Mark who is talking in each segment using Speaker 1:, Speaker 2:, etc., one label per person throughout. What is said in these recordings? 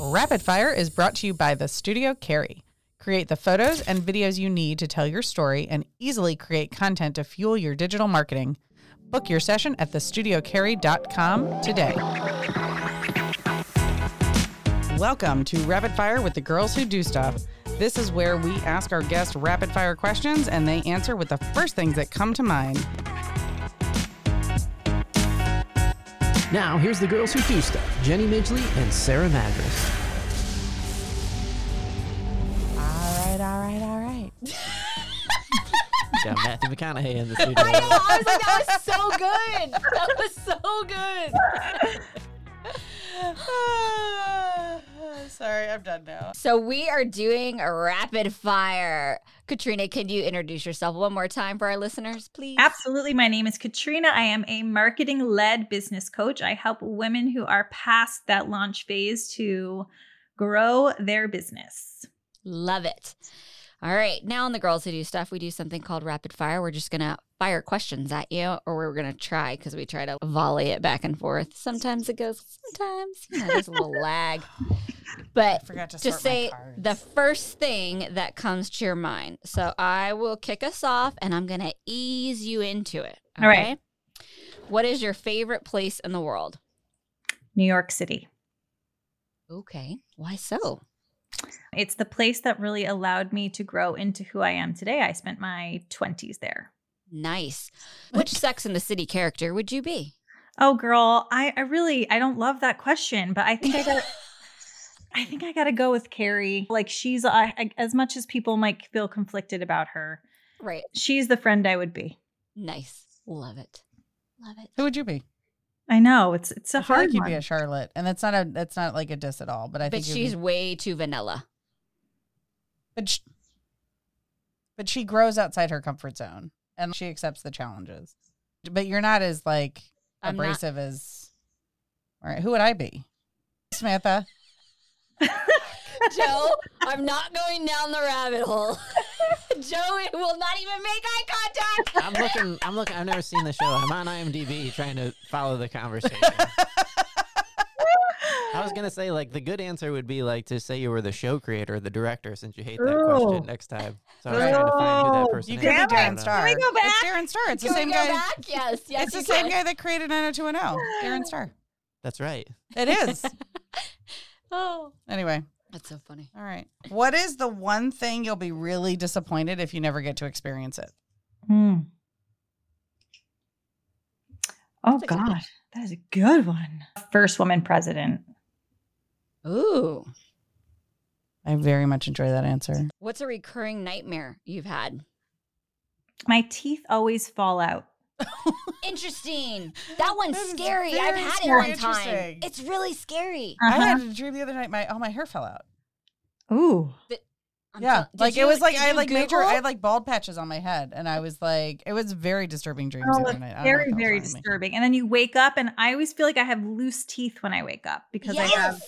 Speaker 1: Rapid Fire is brought to you by the Studio Carry. Create the photos and videos you need to tell your story and easily create content to fuel your digital marketing. Book your session at thestudiocarry.com today. Welcome to Rapid Fire with the Girls Who Do Stuff. This is where we ask our guests rapid fire questions and they answer with the first things that come to mind.
Speaker 2: Now, here's the girls who do stuff Jenny Midgley and Sarah Madras.
Speaker 1: All right, all right, all right.
Speaker 2: Got Matthew McConaughey in the
Speaker 3: I know.
Speaker 2: studio.
Speaker 3: I was like, that was so good. That was so good.
Speaker 1: Sorry, I'm done now.
Speaker 3: So we are doing a rapid fire. Katrina, can you introduce yourself one more time for our listeners, please?
Speaker 4: Absolutely. My name is Katrina. I am a marketing led business coach. I help women who are past that launch phase to grow their business.
Speaker 3: Love it. All right. Now, on the girls who do stuff, we do something called rapid fire. We're just going to fire questions at you, or we're going to try because we try to volley it back and forth. Sometimes it goes, sometimes you know, there's a little lag. But
Speaker 1: Forgot to
Speaker 3: just say the first thing that comes to your mind. So I will kick us off and I'm going to ease you into it. Okay?
Speaker 4: All right.
Speaker 3: What is your favorite place in the world?
Speaker 4: New York City.
Speaker 3: Okay. Why so?
Speaker 4: It's the place that really allowed me to grow into who I am today. I spent my 20s there.
Speaker 3: Nice. Which Sex in the City character would you be?
Speaker 4: Oh girl, I, I really I don't love that question, but I think I got I think I got to go with Carrie. Like she's I, I- as much as people might feel conflicted about her,
Speaker 3: Right.
Speaker 4: she's the friend I would be.
Speaker 3: Nice. Love it. Love it.
Speaker 1: Who would you be?
Speaker 4: I know, it's it's a
Speaker 1: I feel
Speaker 4: hard
Speaker 1: like you'd
Speaker 4: one.
Speaker 1: be a Charlotte, and that's not a that's not like a diss at all. But I
Speaker 3: But
Speaker 1: think you'd
Speaker 3: she's
Speaker 1: be,
Speaker 3: way too vanilla.
Speaker 1: but she, but she grows outside her comfort zone and she accepts the challenges. But you're not as like
Speaker 3: I'm not-
Speaker 1: abrasive as. All right, who would I be? Samantha.
Speaker 3: Joe, I'm not going down the rabbit hole. Joe it will not even make eye contact.
Speaker 2: I'm looking, I'm looking, I've never seen the show. I'm on IMDb trying to follow the conversation. I was going to say, like, the good answer would be, like, to say you were the show creator or the director since you hate that
Speaker 4: Ooh.
Speaker 2: question next time. So I was trying to find who that
Speaker 4: Ooh.
Speaker 2: person
Speaker 1: You
Speaker 2: is.
Speaker 1: could be
Speaker 2: but I don't
Speaker 1: Darren
Speaker 2: know.
Speaker 1: Star.
Speaker 4: Can we go
Speaker 1: It's Darren Star. It's the
Speaker 3: Can we
Speaker 1: same
Speaker 3: go
Speaker 1: guy.
Speaker 3: back? Yes, yes.
Speaker 1: it's the
Speaker 3: you
Speaker 1: same
Speaker 3: can.
Speaker 1: guy that created 90210. Darren Star.
Speaker 2: That's right.
Speaker 1: It is.
Speaker 3: Oh,
Speaker 1: anyway,
Speaker 3: that's so funny.
Speaker 1: all right. What is the one thing you'll be really disappointed if you never get to experience it?
Speaker 4: Hmm. Oh
Speaker 3: That's a good one.
Speaker 4: God, Oh, that is a good one. First woman president.
Speaker 3: Ooh.
Speaker 1: I very much enjoy that answer.
Speaker 3: What's a recurring nightmare you've had?
Speaker 4: My teeth always fall out.
Speaker 3: Interesting. That one's
Speaker 1: That is
Speaker 3: scary. I've
Speaker 1: very
Speaker 3: had it
Speaker 1: scary.
Speaker 3: one time.
Speaker 1: Interesting.
Speaker 3: It's really scary.
Speaker 1: I
Speaker 4: Uh-huh.
Speaker 1: had a dream the other night. My oh, my hair fell out.
Speaker 4: Ooh. Um,
Speaker 3: I'm
Speaker 1: yeah,
Speaker 3: tell- Um, did
Speaker 1: like
Speaker 3: you-
Speaker 1: it was like
Speaker 3: did
Speaker 1: I had,
Speaker 3: you
Speaker 1: like major.
Speaker 3: Google?
Speaker 1: I had like bald patches on my head, and I was like, it was very disturbing dreams
Speaker 4: Oh,
Speaker 1: the other
Speaker 4: it's
Speaker 1: night. I don't know
Speaker 4: very,
Speaker 1: if that was
Speaker 4: very
Speaker 1: wrong of me.
Speaker 4: disturbing. And then you wake up, and I always feel like I have loose teeth when I wake up because
Speaker 3: yes.
Speaker 4: I have.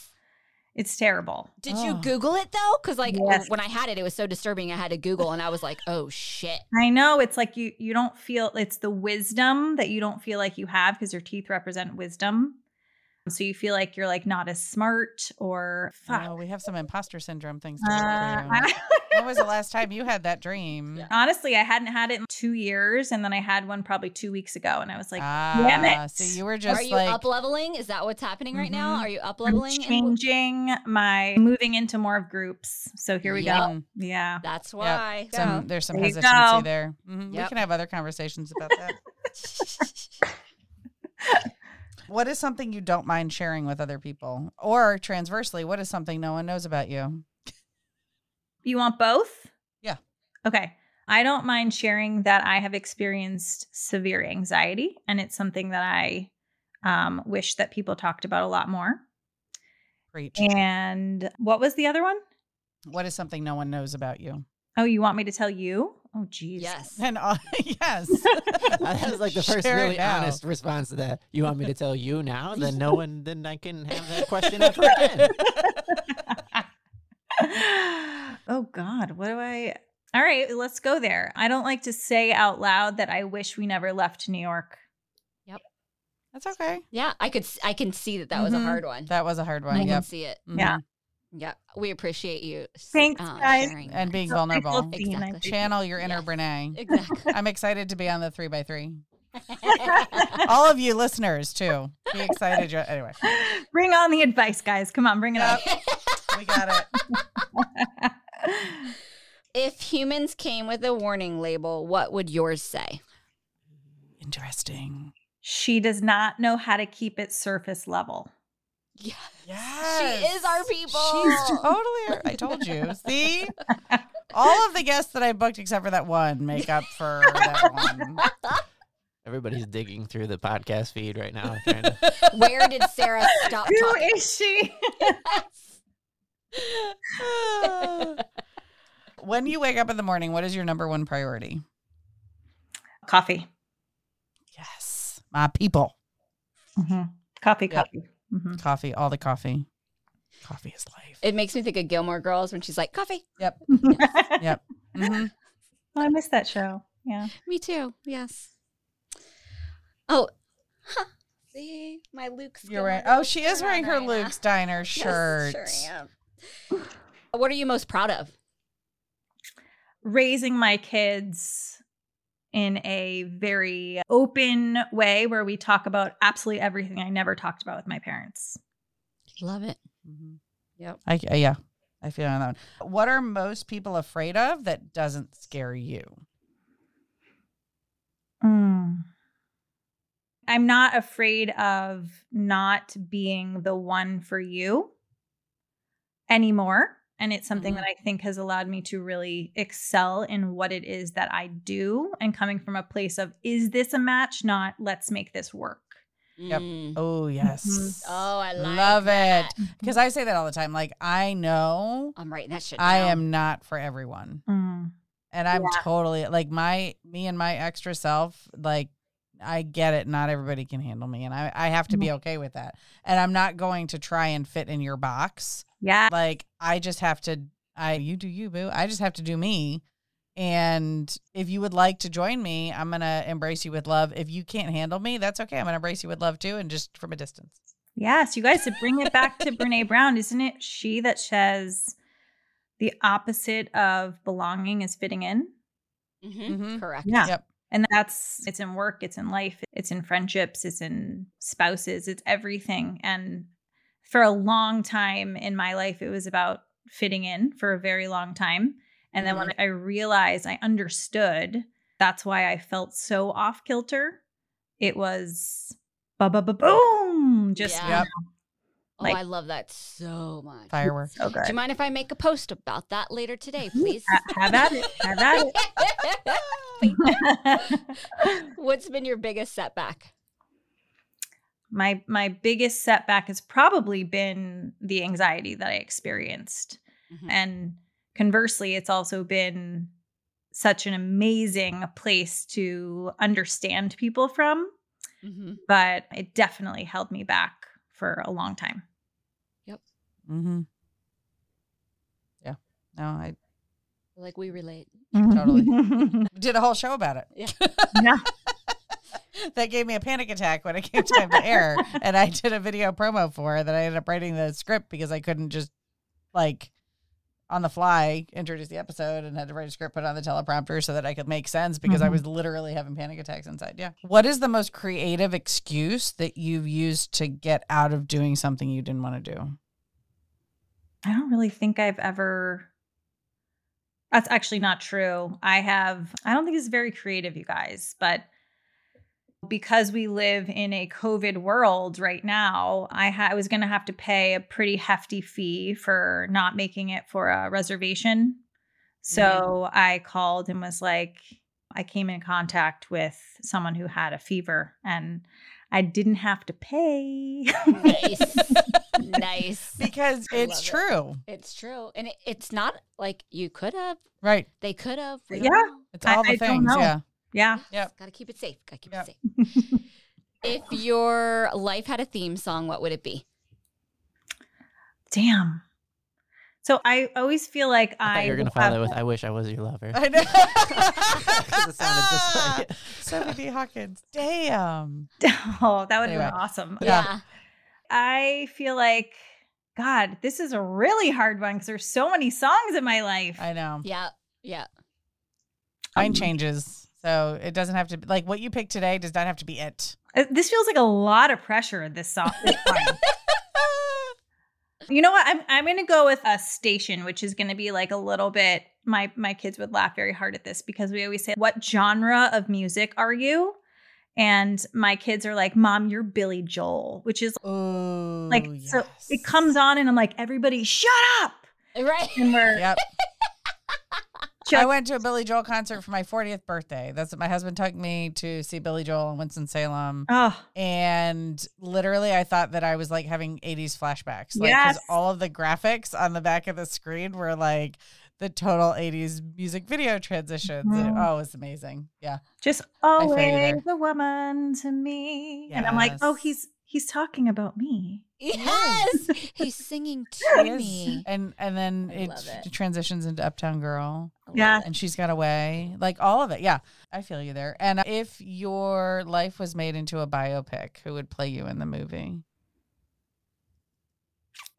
Speaker 4: It's terrible.
Speaker 3: Did you
Speaker 1: Oh.
Speaker 3: Google it though? Because like
Speaker 4: Yes.
Speaker 3: when I had it, it was so disturbing. I had to Google, and I was like, "Oh shit!"
Speaker 4: I know it's like you you don't feel it's the wisdom that you don't feel like you have because your teeth represent wisdom. So you feel like you're like not as smart or fuck.
Speaker 1: Oh, we have some imposter syndrome things. To
Speaker 4: Uh,
Speaker 1: work through.
Speaker 4: I-
Speaker 1: when was the last time you had that dream?
Speaker 4: honestly, I hadn't had it in two years, and then I had one probably two weeks ago, and I was like, damn
Speaker 1: ah,
Speaker 4: it.
Speaker 1: so you were
Speaker 3: Are
Speaker 1: just
Speaker 3: you
Speaker 1: like
Speaker 3: up leveling? Is that what's happening right now?
Speaker 1: Mhm.
Speaker 3: Are you up
Speaker 4: I'm
Speaker 3: leveling?
Speaker 4: changing my moving into more of groups. So here we go.
Speaker 1: mm,
Speaker 4: Yeah.
Speaker 3: That's why.
Speaker 1: some, there's some
Speaker 4: There you
Speaker 1: hesitancy
Speaker 4: go.
Speaker 1: there. Mhm, We
Speaker 3: Yep.
Speaker 1: can have other conversations about that. what is something you don't mind sharing with other people, or transversely, what is something no one knows about you?
Speaker 4: You want both?
Speaker 1: Yeah.
Speaker 4: Okay. I don't mind sharing that I have experienced severe anxiety, and it's something that I um, wish that people talked about a lot more.
Speaker 1: Preach.
Speaker 4: And what was the other one?
Speaker 1: What is something no one knows about you?
Speaker 4: Oh, you want me to tell you? Oh, geez.
Speaker 3: Yes.
Speaker 1: And uh, yes,
Speaker 2: That was like the first
Speaker 1: Share it
Speaker 2: really
Speaker 1: now.
Speaker 2: honest response to that. You want me to tell you now? Then no one, then I couldn't have that question ever again.
Speaker 4: oh God, what do I? All right, let's go there. I don't like to say out loud that I wish we never left New York.
Speaker 1: That's okay.
Speaker 3: Yeah, I could. s- I can see that that was a
Speaker 1: Mhm.
Speaker 3: hard one.
Speaker 1: That was a hard
Speaker 3: I
Speaker 1: one.
Speaker 3: can
Speaker 1: Yep.
Speaker 3: see it.
Speaker 4: Yeah.
Speaker 1: Mhm.
Speaker 3: Mm-hmm. Yeah. We appreciate you. s- uh,
Speaker 4: Thanks, guys.
Speaker 3: sharing
Speaker 1: and
Speaker 3: that.
Speaker 1: being
Speaker 4: So I feel
Speaker 1: vulnerable.
Speaker 4: seen, I
Speaker 3: Exactly.
Speaker 4: feel-
Speaker 1: Channel your inner
Speaker 3: Yeah.
Speaker 1: Brene.
Speaker 3: Exactly.
Speaker 1: I'm excited to be on the three by three. All of you listeners too. Be excited. Jo- Anyway,
Speaker 4: Bring on the advice, guys. Come on, bring it up.
Speaker 1: we got it.
Speaker 3: if humans came with a warning label, what would yours say?
Speaker 1: Interesting.
Speaker 4: she does not know how to keep it surface level.
Speaker 3: Yes.
Speaker 1: Yes.
Speaker 3: She is our people.
Speaker 1: She's totally. our- I told you. See, all of the guests that I booked except for that one make up for that one.
Speaker 2: Everybody's digging through the podcast feed right now. Trying to,
Speaker 3: Where did Sarah stop
Speaker 4: Who
Speaker 3: talking?
Speaker 4: is she?
Speaker 1: when you wake up in the morning, what is your number one priority?
Speaker 4: Coffee.
Speaker 1: Yes, my people.
Speaker 4: Mhm. Coffee,
Speaker 1: Yep.
Speaker 4: coffee. Mhm.
Speaker 1: Coffee, all the coffee. Coffee is life.
Speaker 3: Mm-hmm. It makes me think of Gilmore Girls when she's like, coffee.
Speaker 1: Yep. Mhm.
Speaker 4: Mm-hmm. Oh, I miss that show. Yeah.
Speaker 3: Me too. Yes. Oh, huh. see my Luke's.
Speaker 1: You're
Speaker 3: Gilmore
Speaker 1: wearing. Oh,
Speaker 3: Girls
Speaker 1: she is
Speaker 3: shirt
Speaker 1: wearing
Speaker 3: on
Speaker 1: her
Speaker 3: right now.
Speaker 1: Luke's Diner
Speaker 3: Yes,
Speaker 1: shirt.
Speaker 3: sure am. What are you most proud of?
Speaker 4: Raising my kids in a very open way where we talk about absolutely everything I never talked about with my parents.
Speaker 3: Love it.
Speaker 1: Mhm.
Speaker 3: Yep.
Speaker 1: I, I- yeah, I feel on that one. What are most people afraid of that doesn't scare you?
Speaker 4: I'm not afraid of not being the one for you anymore. And it's something
Speaker 3: Mhm.
Speaker 4: that I think has allowed me to really excel in what it is that I do and coming from a place of, is this a match? Not, let's make this work.
Speaker 1: Yep.
Speaker 3: Mm.
Speaker 1: Oh yes.
Speaker 3: Oh, I like
Speaker 1: Love
Speaker 3: that.
Speaker 1: it because I say that all the time. Like I know
Speaker 3: I'm writing that shit.
Speaker 1: I
Speaker 3: down.
Speaker 1: am not for everyone, and I'm totally like my me and my extra self. Like I get it. Not everybody can handle me, and I I have to be okay with that. And I'm not going to try and fit in your box.
Speaker 4: Yeah.
Speaker 1: like I just have to I you do you boo. I just have to do me. And if you would like to join me, I'm going to embrace you with love. If you can't handle me, that's okay. I'm going to embrace you with love too and just from a distance.
Speaker 4: Yes, you guys, to bring it back to Brene Brown, isn't it? She that says the opposite of belonging is fitting in.
Speaker 3: Mhm.
Speaker 1: Mhm.
Speaker 3: Correct.
Speaker 4: Yeah.
Speaker 1: Yep.
Speaker 4: And that's it's in work, it's in life, it's in friendships, it's in spouses, it's everything. And for a long time in my life, it was about fitting in for a very long time. And then when I realized I understood, that's why I felt so off kilter. It was ba ba ba boom, just um,
Speaker 3: Yeah.
Speaker 1: Yep.
Speaker 3: Oh,
Speaker 4: Like-
Speaker 3: I love that so much.
Speaker 1: Fireworks.
Speaker 4: so
Speaker 3: Do you
Speaker 4: good.
Speaker 3: mind if I make a post about that later today, please?
Speaker 4: Ha- Have at it. Have at it.
Speaker 3: What's been your biggest setback?
Speaker 4: my my biggest setback has probably been the anxiety that I experienced.
Speaker 3: Mhm.
Speaker 4: And conversely, it's also been such an amazing place to understand people from,
Speaker 3: Mhm.
Speaker 4: but it definitely held me back for a long time.
Speaker 1: Mhm. Yeah. No, I
Speaker 3: Like we relate.
Speaker 1: Totally. did a whole show about it.
Speaker 3: Yeah.
Speaker 4: Yeah.
Speaker 1: that gave me a panic attack when it came time to air. And I did a video promo for it that I ended up writing the script because I couldn't just like on the fly introduce the episode and had to write a script, put it on the teleprompter so that I could make sense because I
Speaker 4: Mhm.
Speaker 1: was literally having panic attacks inside. Yeah. What is the most creative excuse that you've used to get out of doing something you didn't want to do?
Speaker 4: I don't really think I've ever. That's actually not true. I have, I don't think it's very creative, you guys, but because we live in a COVID world right now, I, ha- I was going to have to pay a pretty hefty fee for not making it for a reservation. So I called and was like, I came in contact with someone who had a fever and I didn't have to pay.
Speaker 3: Nice. nice.
Speaker 1: Because
Speaker 3: I
Speaker 1: it's
Speaker 3: love it.
Speaker 1: true.
Speaker 3: It's true. And it, it's not like you could have,
Speaker 1: Right.
Speaker 3: they could have.
Speaker 4: Yeah.
Speaker 1: It's
Speaker 4: I-
Speaker 1: all the
Speaker 4: I don't
Speaker 1: things.
Speaker 4: know.
Speaker 1: Yeah.
Speaker 4: yeah.
Speaker 1: Yep.
Speaker 3: Got to keep it safe. Got to keep
Speaker 1: Yep.
Speaker 3: it safe. If your life had a theme song, what would it be?
Speaker 4: Damn. So I always feel like
Speaker 2: I
Speaker 4: I,
Speaker 2: thought you were going to follow
Speaker 4: have-
Speaker 2: that with, I wish I was your lover.
Speaker 1: I know.
Speaker 2: 'Cause it sounded just like it.
Speaker 1: Sophie D. Hawkins. Damn.
Speaker 4: oh, that would have
Speaker 1: Anyway.
Speaker 4: been awesome.
Speaker 1: Yeah.
Speaker 4: I feel like God, this is a really hard one because there's so many songs in my life.
Speaker 1: I know.
Speaker 3: Yeah. Yeah.
Speaker 1: Mine changes. So it doesn't have to be like what you pick today does not have to be it.
Speaker 4: Uh, This feels like a lot of pressure. This song. This one. you know what? I'm I'm gonna go with a station, which is gonna be like a little bit. My my kids would laugh very hard at this because we always say, "What genre of music are you?" And my kids are like, "Mom, you're Billy Joel," which is
Speaker 1: Ooh.
Speaker 4: Oh, like so it
Speaker 1: Oh, yes.
Speaker 4: comes on, and I'm like, "Everybody, shut up!"
Speaker 3: Right.
Speaker 4: And we're
Speaker 1: Yep. I
Speaker 4: Chuck-
Speaker 1: went to a Billy Joel concert for my 40th birthday. That's what my husband took me to see Billy Joel in Winston Salem.
Speaker 4: oh
Speaker 1: And literally, I thought that I was like having 80s flashbacks. Like,
Speaker 4: Yes.
Speaker 1: all of the graphics on the back of the screen were like the total 80s music video transitions. And it-
Speaker 4: Mhm.
Speaker 1: oh, it's amazing. Yeah.
Speaker 4: just
Speaker 1: feel you there.
Speaker 4: always a woman to me and i'm like oh
Speaker 1: Yes.
Speaker 4: he's he's talking about me
Speaker 3: Yes. He's singing to
Speaker 1: It is.
Speaker 3: me.
Speaker 1: And and then
Speaker 3: I
Speaker 1: it,
Speaker 3: love it. Uh,
Speaker 1: tr- transitions into Uptown Girl.
Speaker 3: I love
Speaker 4: Yeah.
Speaker 3: it.
Speaker 1: and she's got away like all of it yeah i feel you there and if your life was made into a biopic who would play you in the movie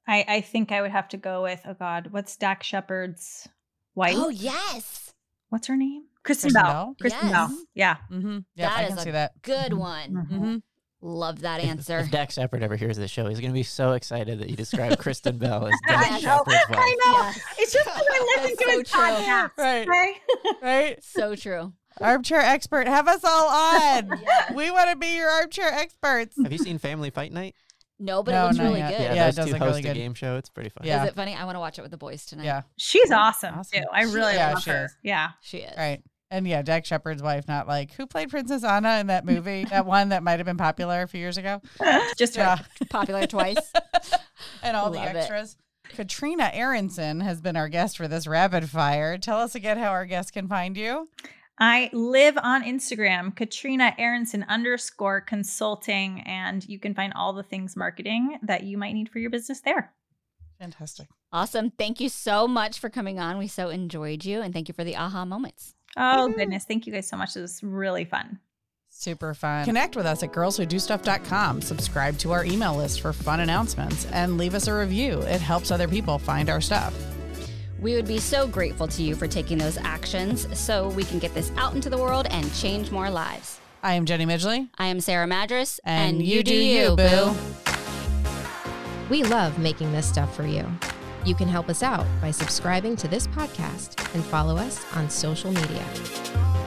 Speaker 4: i i think i would have to go with oh god what's Dak Shepard's wife
Speaker 3: Oh yes.
Speaker 4: what's her name kristen, bell. kristen bell
Speaker 3: Yes.
Speaker 4: yeah
Speaker 1: mm-hmm yeah
Speaker 3: That
Speaker 1: i
Speaker 3: is
Speaker 1: can
Speaker 3: a-
Speaker 1: see that
Speaker 3: Good one.
Speaker 4: Mhm.
Speaker 1: mm-hmm.
Speaker 3: Love that
Speaker 5: If-
Speaker 3: answer.
Speaker 5: If Dak Shepard ever hears this show, he's going to be so excited that you described Kristen Bell as
Speaker 4: I
Speaker 5: Dak
Speaker 4: know,
Speaker 5: Shepard's
Speaker 4: I
Speaker 5: wife.
Speaker 4: know.
Speaker 3: Yes.
Speaker 4: it's just because i listen
Speaker 3: That's
Speaker 4: to his
Speaker 3: so true.
Speaker 4: podcast
Speaker 1: Right.
Speaker 4: right?
Speaker 1: right
Speaker 3: So true.
Speaker 1: armchair expert have us all on
Speaker 3: Yeah.
Speaker 1: we want to be your armchair experts
Speaker 5: Have you seen Family Fight Night?
Speaker 3: No, but
Speaker 1: No,
Speaker 3: it looks
Speaker 1: not
Speaker 3: really
Speaker 1: yet.
Speaker 3: good.
Speaker 5: Yeah,
Speaker 1: Yeah, it
Speaker 5: those
Speaker 1: does
Speaker 5: two
Speaker 1: look
Speaker 5: host
Speaker 1: really
Speaker 5: a
Speaker 1: good.
Speaker 5: game show. It's pretty fun.
Speaker 1: Yeah.
Speaker 3: Is it funny? I want to watch it with the boys tonight.
Speaker 1: yeah
Speaker 4: she's awesome,
Speaker 1: Awesome.
Speaker 4: too i really
Speaker 1: Yeah,
Speaker 4: love
Speaker 1: she
Speaker 4: her
Speaker 1: is.
Speaker 4: yeah
Speaker 3: She is.
Speaker 1: right and yeah Dak Shepard's wife not like who played Princess Anna in that movie that one that might have been popular a few years ago
Speaker 4: just her.
Speaker 1: yeah
Speaker 3: Popular twice.
Speaker 1: and all the
Speaker 3: Love it.
Speaker 1: extras. Katrina Aronson has been our guest for this rapid fire. Tell us again how our guests can find you.
Speaker 4: I live on Instagram, Katrina Aronson underscore consulting, and you can find all the things marketing that you might need for your business there.
Speaker 1: Fantastic.
Speaker 3: Awesome. Thank you so much for coming on. We so enjoyed you and thank you for the aha moments.
Speaker 4: Oh, goodness. Thank you guys so much. It was really fun.
Speaker 1: Super fun. Connect with us at girlswhodostuff.com. Subscribe to our email list for fun announcements and leave us a review. It helps other people find our stuff.
Speaker 3: We would be so grateful to you for taking those actions so we can get this out into the world and change more lives.
Speaker 1: I am Jenny Midgley.
Speaker 3: I am Sarah Madras,
Speaker 1: And you do you, boo.
Speaker 6: We love making this stuff for you. You can help us out by subscribing to this podcast and follow us on social media.